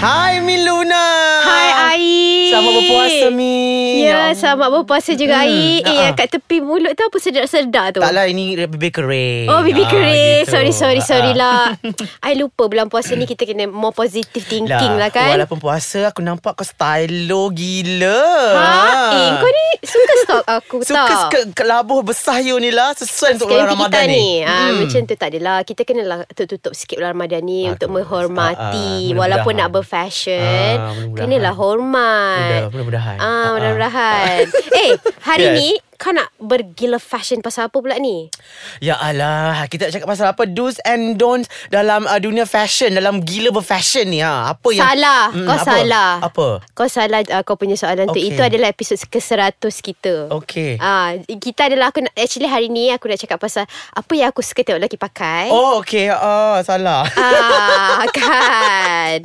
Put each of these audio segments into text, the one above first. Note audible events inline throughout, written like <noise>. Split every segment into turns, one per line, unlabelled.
Hai Min Luna
Hai Ai
Ah. Selamat berpuasa Min
Ya,
Allah.
selamat berpuasa juga
Hmm,
Ai Eh,
ha-ha.
yang kat tepi mulut tu apa sedap-sedap tu?
Tak lah ini bibir kering
Oh, bibi
Ah,
kering.
gitu.
Sorry, sorry,
Ah,
sorry
ah.
lah. I lupa bulan puasa ni kita kena more positive thinking lah, kan?
Walaupun puasa Aku nampak kau stylo gila Ah.
Ha? Eh, kau ni suka stalk aku
Suka
tau.
ke, ke labuh besar you ni lah Sesuai untuk bulan Ramadan
kita
ni,
ha, Macam tu tak adalah Kita kenalah tutup-tutup sikit bulan Ramadan ni
Hmm. Ah,
Untuk
tu. Ah, ah,
menghormati
mudah-mudahan.
Walaupun nak berfashion
Ah, mudah-mudahan.
Kenalah hormat
Mudah- mudah-mudahan.
Ah,
Ah, ah. <laughs>
Mudah-mudahan Eh hari
Yes.
ni Kau nak bergila fashion pasal apa pula ni?
Ya Allah Kita nak cakap pasal apa Do's and don'ts Dalam uh, dunia fashion Dalam gila berfashion ni ha. Apa yang
Salah Kau
apa?
salah
Apa
Kau salah uh, kau punya soalan tu
Okey.
Itu adalah episod ke-100 kita
Okey.
Ah, Kita adalah aku nak, Actually hari ni aku nak cakap pasal Apa yang aku suka tengok lelaki pakai
Oh okay uh, Salah
Ah, kan.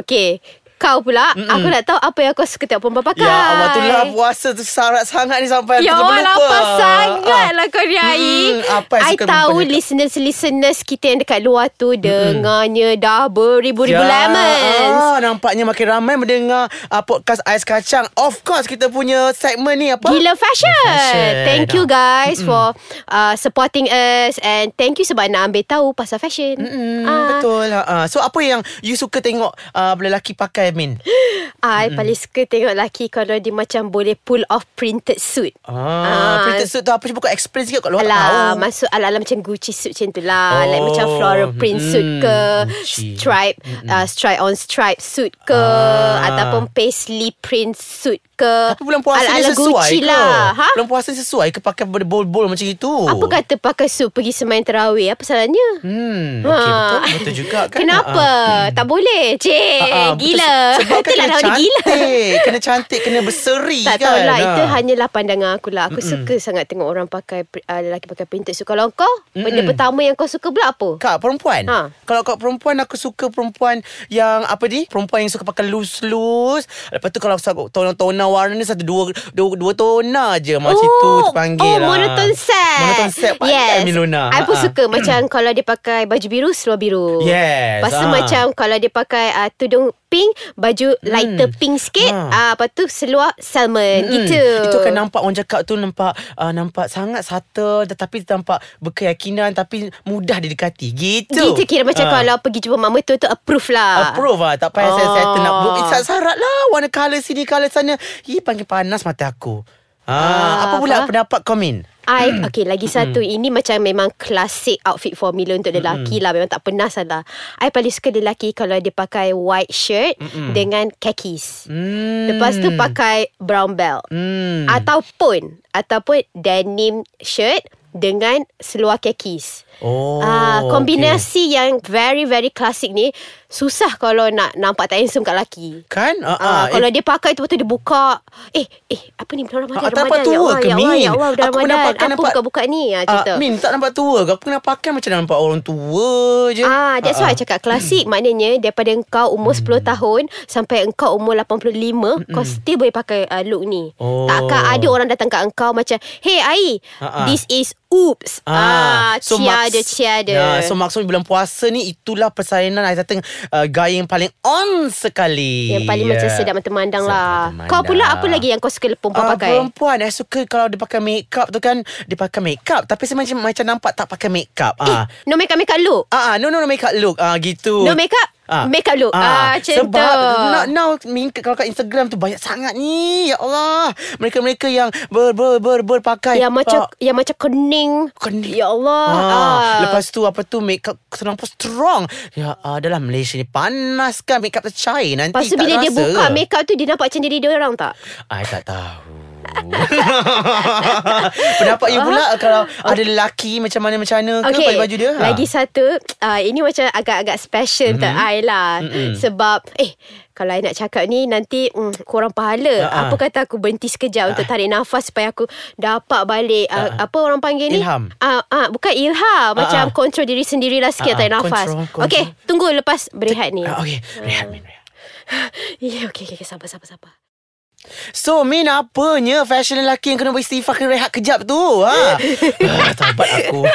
Okey. Kau pula, Mm-mm. aku nak tahu apa yang kau suka tengok perempuan pakai.
Ya Allah tu lah puasa tu syarat sangat ni sampai
Ya Allah,
aku terlupa.
lapar sangat
Ah.
lah kau ni Ai.
Mm, apa yang
I
suka
tahu
perempuan
listeners-listeners kita yang dekat luar tu dengarnya dah beribu-ribu
Ya,
lemons.
ah, Nampaknya makin ramai mendengar uh, Podcast Ais Kacang Of course kita punya segmen ni apa
Gila fashion.
Fashion.
Thank you guys for uh, supporting us and thank you sebab nak ambil tahu pasal fashion.
Hmm,
Ah,
Betul uh, So apa yang you suka tengok uh, Lelaki pakai Min
Ah, I paling suka tengok lelaki kalau dia macam boleh pull off printed suit.
ah,
Ah.
Printed suit tu apa Cuba kau explain sikit Kalau tak
Alah,
tahu
masuk ala-ala macam Gucci suit macam tu lah. Oh. Like
Oh,
macam floral print suit
mm,
ke,
Gucci. Hmm.
stripe, uh, stripe on stripe suit ke,
Ah.
ataupun paisley print suit ke.
Tapi bulan puasa ni
Ala-ala
sesuai
Gucci
ke
lah. Ha?
Bulan puasa ni sesuai ke Pakai bol-bol macam itu
Apa kata pakai suit pergi semain terawih? Apa salahnya?
Hmm, okay,
Ha.
betul, betul juga kan
Kenapa?
Ah, ah.
Tak boleh. Cik,
Ah, ah, betul.
Eh, gila. <laughs>
Sebab kan
Itulah
kena
nama dia
cantik
gila.
Kena cantik Kena berseri
Tak
kan
tahu lah
Ah.
Itu hanyalah pandangan aku lah Aku Mm-mm. suka sangat Tengok orang pakai uh, Lelaki pakai printed suit Kalau kau Mm-mm. Benda pertama yang kau suka pula apa?
Kak perempuan
Ha.
Kalau kak perempuan Aku suka perempuan Yang apa ni Perempuan yang suka pakai loose-loose Lepas tu kalau sa- Tona-tona warna ni Satu dua Dua, dua tona je Macam tu terpanggil lah.
Oh monotone set
Monoton set Pandai yes. Milona
I pun
Ah.
suka Macam kalau dia pakai Baju biru Seluar biru
Yes,
Lepas tu
ah. Hmm.
macam Kalau dia pakai uh, Tudung pink Baju lighter pink sikit
Ah.
ah. Lepas tu seluar salmon
Mm-mm.
Gitu
Itu kan nampak orang cakap tu nampak uh, nampak sangat subtle tetapi nampak berkeyakinan tapi mudah didekati. Gitu.
Gitu kira macam
Ah.
Kalau pergi jumpa mak mertua tu Approve lah
Approve lah Tak payah saya
Ah.
settle nak book Isat syarat lah Warna colour sini Colour sana Ih panggil panas mata aku Ah,
Ah,
apa pula
apa?
pendapat komen?
I
Hmm.
Okay lagi satu Ini macam memang Klasik outfit formula Untuk
Hmm.
lelaki lah Memang tak pernah salah I paling suka lelaki Kalau dia pakai white shirt Dengan khakis
Hmm.
Lepas tu pakai brown belt
Hmm.
Ataupun Ataupun denim shirt Dengan seluar khakis
Oh.
Ah,
okay.
kombinasi yang very very klasik ni susah kalau nak nampak tak handsome kat lelaki.
Kan? Ah,
Ah,
ah,
kalau
eh,
dia pakai tu lepas tu dia buka. Eh, eh, apa ni bulan Ramadan?
Ah,
Ramadan,
tak apa tua
ya Allah,
ke,
ya Allah,
Min?
ya Allah, bulan
Aku pernah
Ramadan.
pakai,
apa
nampak-
buka-buka ni? Ah,
ah,
cerita.
Min tak nampak tua ke? Aku kena pakai macam nampak orang tua je.
Ah, that's
Ah,
why
ah. Hmm.
I cakap klasik Maknanya daripada engkau umur 10 tahun Sampai engkau umur 85 Kau still boleh pakai uh, look ni
Oh.
Takkan ada orang datang kat engkau macam Hey Ai,
Ah, ah.
this is oops Ah,
so
cia
maks-
dia, cia dia
Ya, so maksudnya bulan puasa ni itulah persainan Aisyah Teng uh, gaya yang paling on sekali.
Yang paling macam sedap mata mandang
Sedap
lah
mata
Kau pula apa
mandang.
lagi yang kau suka perempuan
Ah,
pakai?
Perempuan eh suka kalau dia pakai make up tu kan dia pakai make up tapi saya macam macam nampak tak pakai make up. Ah.
Eh, No makeup makeup look
Ah, ah, no no no make up look. Ah gitu.
No makeup
Ah.
Makeup look ah, Macam
Sebab
tu
nak, now min- Kalau kat Instagram tu Banyak sangat ni Ya Allah Mereka-mereka yang Ber ber ber berpakai
Yang Ya, macam
ah,
Yang macam kening
Kening.
Ya Allah
Ah,
ah.
Lepas tu apa tu Make up Kenapa strong Ya adalah Malaysia ni Panas kan Make up tercair Nanti
Lepas tu
tak
bila
rasa. lah.
dia buka make up tu Dia nampak macam diri dia orang tak?
I tak tahu <laughs> Pendapat you pula
<laughs>
Kalau ada lelaki Macam mana macam mana ke
Okay
Pakai baju dia Ha.
Lagi satu uh, Ini macam agak-agak special mm-hmm. Untuk
Mhm.
I lah mm-hmm. Sebab Eh kalau I nak cakap ni Nanti mm, kurang pahala
Ah, ah.
Apa kata aku berhenti sekejap Untuk tarik nafas Supaya aku dapat balik uh,
Ah, ah.
Apa orang panggil ni
Ilham.
uh, uh, Bukan ilham Macam
ah.
kontrol diri sendirilah Sikit
Ah, ah.
tarik nafas
Control, control.
Okay tunggu lepas berehat ni <laughs>
Ah, Okay Ah, Rehat min rehat
Ya okay, okay, okay Sabar sabar sabar
So Min apanya Fashion lelaki yang kena beristighfar Kena rehat kejap tu
<laughs>
ha? ah, Tabat aku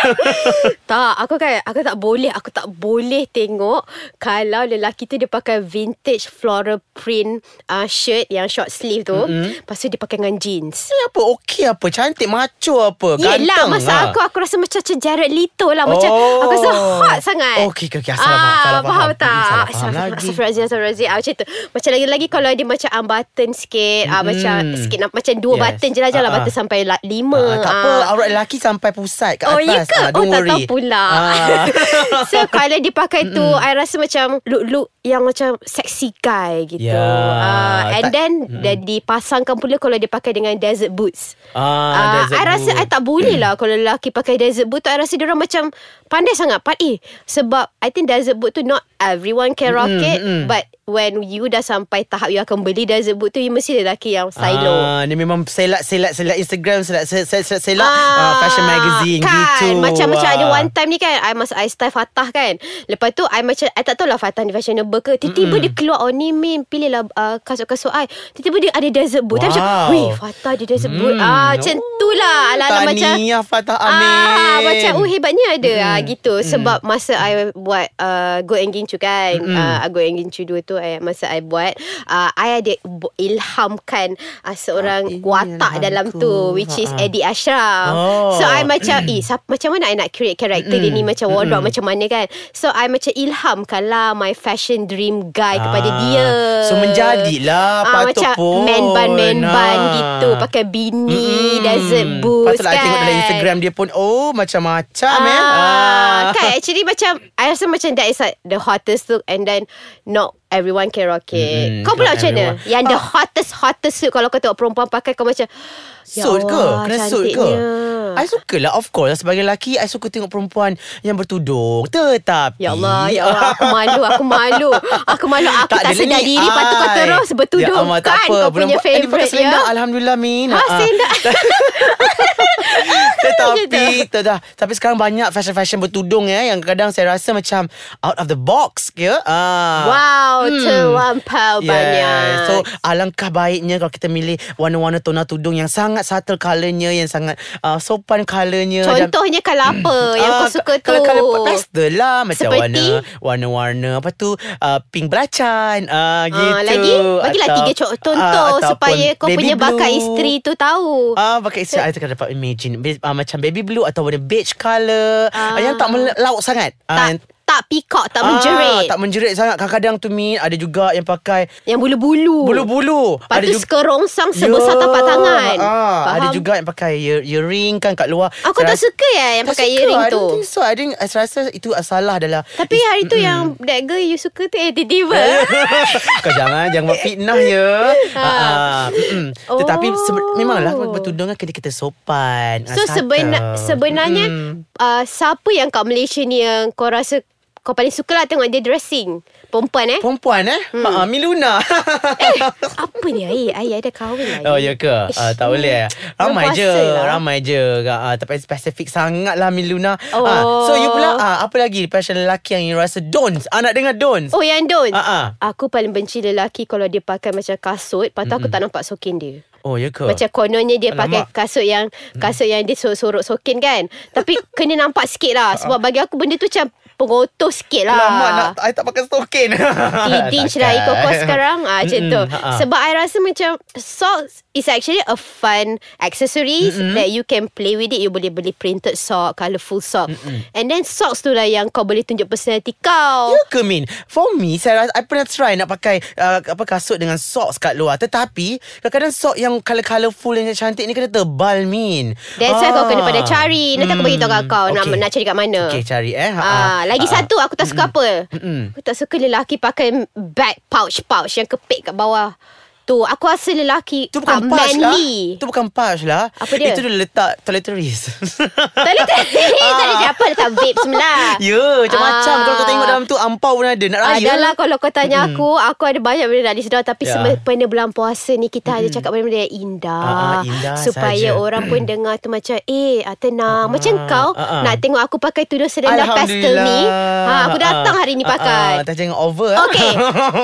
Tak, aku kan aku tak boleh, aku tak boleh tengok kalau lelaki tu dia pakai vintage floral print uh, shirt yang short sleeve tu. Mm-hmm. Lepas tu dia pakai dengan jeans.
Ni apa okey apa Cantik macho apa Ganteng
Yelah masa
ha.
ha. aku Aku rasa macam macam Jared Leto lah Macam
Oh.
aku rasa hot sangat Ah,
Okey, okey, okey. Salah faham, salah
Faham
faham.
tak
Salah faham
Astagfirullah,
lagi.
Astagfirullahaladzim Astagfirullahaladzim ah, Macam tu Macam lagi-lagi Kalau dia macam unbutton sikit ah, Macam sikit nak- Macam dua
Yes.
button je lah Janganlah
Ah, ah.
button sampai la- lima
Ah, tak apa
Ah.
Aurat lelaki sampai pusat kat
Oh ya
atas
ke?
Ah,
oh
don't
tak
worry.
tahu pula
Ah.
<laughs> So kalau dia pakai tu I rasa macam Look-look yang macam Sexy guy gitu
Ya,
Ah, And
tak-
then dia Dipasangkan pula Kalau dia pakai dengan desert boots
Ah,
Ah,
desert Mm.
I rasa
boot.
I tak boleh lah Kalau lelaki pakai desert boot tu I rasa dia orang macam Pandai sangat Part A Sebab I think desert boot tu Not everyone can rocket But When you dah sampai Tahap you akan beli desert boot tu You mesti lelaki yang silo
Ah, dia memang selat selat selat Instagram selat selat selat selat, selat ah, fashion magazine
kan.
gitu.
Macam macam
Ah.
ada one time ni kan I masa I style Fatah kan. Lepas tu I macam I tak tahu lah Fatah ni fashionable ke. Tiba-tiba dia keluar oh ni min pilih lah uh, kasut-kasut I. Tiba-tiba dia ada desert boot. Wow. Macam
Wow.
weh Fatah dia desert boot.
Hmm.
Ah macam tu lah. Alah-alah macam
Tahniah Fatah Amin.
Ah, macam oh hebatnya ada mm. ah gitu sebab masa I buat uh, Go and Gincu kan mm. uh, Go and Gincu 2 tu I, masa I buat uh, I ada bu- ilhamkan uh, seorang
Ah, ini
watak
ilhamku.
dalam tu which is
Ha-ha.
Eddie Ashraf.
Oh.
So I macam eh sap, macam mana I nak create character dia ni macam wardrobe macam mana kan. So I macam ilhamkan lah my fashion dream guy kepada
Ah,
dia.
so menjadilah,
Ah,
patut
macam
pun.
man bun man bun
Ah.
gitu pakai beanie
Mm-mm.
desert boots
Patutlah I
kan.
tengok dalam Instagram dia pun Oh macam-macam eh
Ah,
Ah.
Kan actually macam I rasa macam that is like The hottest look And then Not everyone can rock it
Mm-mm,
Kau pula
not
macam mana
everyone.
Yang the
Ah.
hottest Hottest look Kalau kau tengok perempuan pakai Kau macam Ya
Suit ke?
Allah,
Kena suit ke?
cantiknya.
I suka lah of course lah. Sebagai lelaki I suka tengok perempuan Yang bertudung Tetapi
Ya Allah, ya Allah Aku malu Aku malu Aku malu Aku tak,
ada
sedar
ni.
diri Lepas tu kau
Ai. Ya
terus Bertudung
Allah,
kan Kau
Belum
punya
buat- eh, dia pakai
favourite ya
selendang Alhamdulillah Min
Ha <laughs>
Ah, ah.
selendang
Tetapi dah, Tapi sekarang banyak fashion-fashion bertudung ya Yang kadang saya rasa macam Out of the box ya <laughs> ah. Hmm.
Wow Terlampau banyak
So alangkah baiknya Kalau kita milih Warna-warna tonal tudung Yang sangat subtle colournya Yang sangat uh, sopan colournya dan-
Contohnya kalau
<clears throat>
apa Oh, Yang
Ah,
kau suka tu
kalau, Kalau pastel lah Macam
Seperti?
warna Warna-warna Apa tu uh, Pink belacan uh, Gitu
Ah, lagi bagilah
Atau-
tiga contoh
ah,
uh, supaya
ataupun
kau
baby
punya bakat
blue.
isteri tu tahu. Uh,
Ah, pakai isteri I tak dapat imagine Be- ah, Macam baby blue Atau warna beige colour ah.
Ah.
Yang tak melauk sangat Ah,
tak
yang-
tak peacock, tak menjerit.
Ah, Tak menjerit sangat Kadang-kadang tu Min Ada juga yang pakai
yang bulu-bulu.
Bulu-bulu
Lepas tu
juga-
sekerongsang sebesar
Ya,
tapak tangan.
ah,
Faham?
Ada juga yang pakai ear, earring kan kat luar
Aku tak
Saya rasa-
suka ya yang
tak
pakai
suka.
earring
I
tu.
don't think so I, think, I rasa itu salah adalah
Tapi <laughs> hari tu yang that girl you suka tu eh tiba-tiba.
<laughs> Kau jangan Jangan buat fitnah
<laughs>
ya ha. mm-mm.
Oh.
Tetapi sebe- Memanglah Bertudung kan kena kita sopan
So
ah,
sebena-
subtle.
sebenarnya
Mm-mm.
uh, siapa yang kat Malaysia ni yang kau rasa kau paling suka lah tengok dia dressing? Perempuan eh?
Perempuan eh hmm. ha, Miluna <laughs>
Apa ni Ai? Ai ada kahwin lah.
Oh ya ke uh, Tak boleh Ramai
Belum
je
puasa lah.
Ramai je uh, Tapi spesifik sangat lah Miluna
Oh.
Ah, So you pula uh, Apa lagi Passion lelaki yang you rasa Don'ts uh, Nak dengar don'ts
Oh yang don't
Ah,
Aku paling benci lelaki Kalau dia pakai macam kasut Lepas tu aku tak nampak sokin dia
Oh ya ke
Macam kononnya dia pakai
Alamak. Mm.
kasut yang Kasut yang dia sorok-sorok sokin kan
<laughs>
Tapi kena nampak sikit lah Sebab bagi aku benda tu macam Pengotor sikit lah
Lama Ah. nak I tak pakai stokin <laughs>
Tidinch lah ikut kau sekarang ah, Macam tu
Mm-mm, ha-ha.
Sebab I rasa macam Socks is actually a fun Accessories That you can play with it You boleh beli printed sock Colourful sock And then socks tu lah Yang kau boleh tunjuk personality kau
Ya ke Min For me saya, rasa- I pernah try nak pakai uh, apa Kasut dengan socks kat luar Tetapi Kadang-kadang sok yang colour-colourful Yang cantik ni Kena tebal Min
That's why kau
Ah.
kena pada cari Nanti aku
Hmm.
beritahu kat kau nak,
Okey.
nak cari kat mana
Okay cari eh Ha,
Ah, lagi
ha, ha.
satu aku tak suka apa. Aku tak suka lelaki pakai bag pouch pouch yang kepit kat bawah. Tu aku rasa lelaki
Itu
tak
bukan pouch lah
manly.
Itu bukan pouch lah
Apa dia? Ah.
Itu dia letak toiletries <laughs>
Tak boleh <laughs> tak boleh. Tak boleh siapa letak vape semula.
Ah. <laughs> Ya
Ah.
macam-macam
lah.
Kalau kau tengok dalam tu Ampau pun ada Nak raya lah.
Adalah kalau kau tanya aku Aku ada banyak benda nak disedar Tapi
Ya.
yeah. sempena bulan puasa ni Kita hanya cakap benda-benda yang indah,
Ah, ah, indah
Supaya
saja.
orang pun dengar tu macam Eh ah, tenang Macam kau
ah, ah.
Nak tengok aku pakai tudung selendang pastel ni ha, Aku datang hari ni
Ah, ah,
pakai
<laughs> Tak jangan over ah.
Okay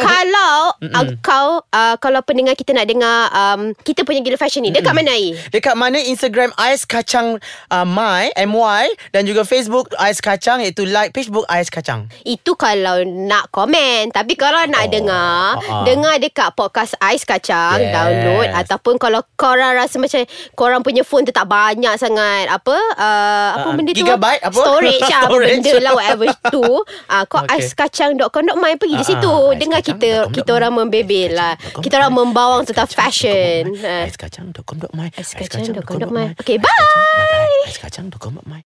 Kalau uh, Kau uh, Kalau pendengar kita nak dengar um, kita punya gila fashion ni dekat mana ai?
Dekat mana Instagram Ais Kacang uh, My MY dan juga Facebook Ais Kacang iaitu like page book Ais Kacang.
Itu kalau nak komen Tapi kalau nak
Oh,
oh, dengar
ah.
uh-uh. Dengar dekat podcast Ais Kacang
Yes.
yes. Download Ataupun kalau korang rasa macam Korang punya phone tu tak banyak sangat Apa uh, Apa
Ah,
benda tu
gigabyte apa? <laughs>
Storage lah Apa
Storage.
benda lah Whatever tu uh, Kau
Okay.
okay. aiskacang.com.my Pergi di
Ah,
situ
ah,
Dengar kita
aiskacang.com.my.
Kita orang membebel lah Kita orang membawang tentang fashion Ah.
Ais Kacang.com.my
Ais Kacang.com.my. Okay, bye.
Ais Kacang.com.my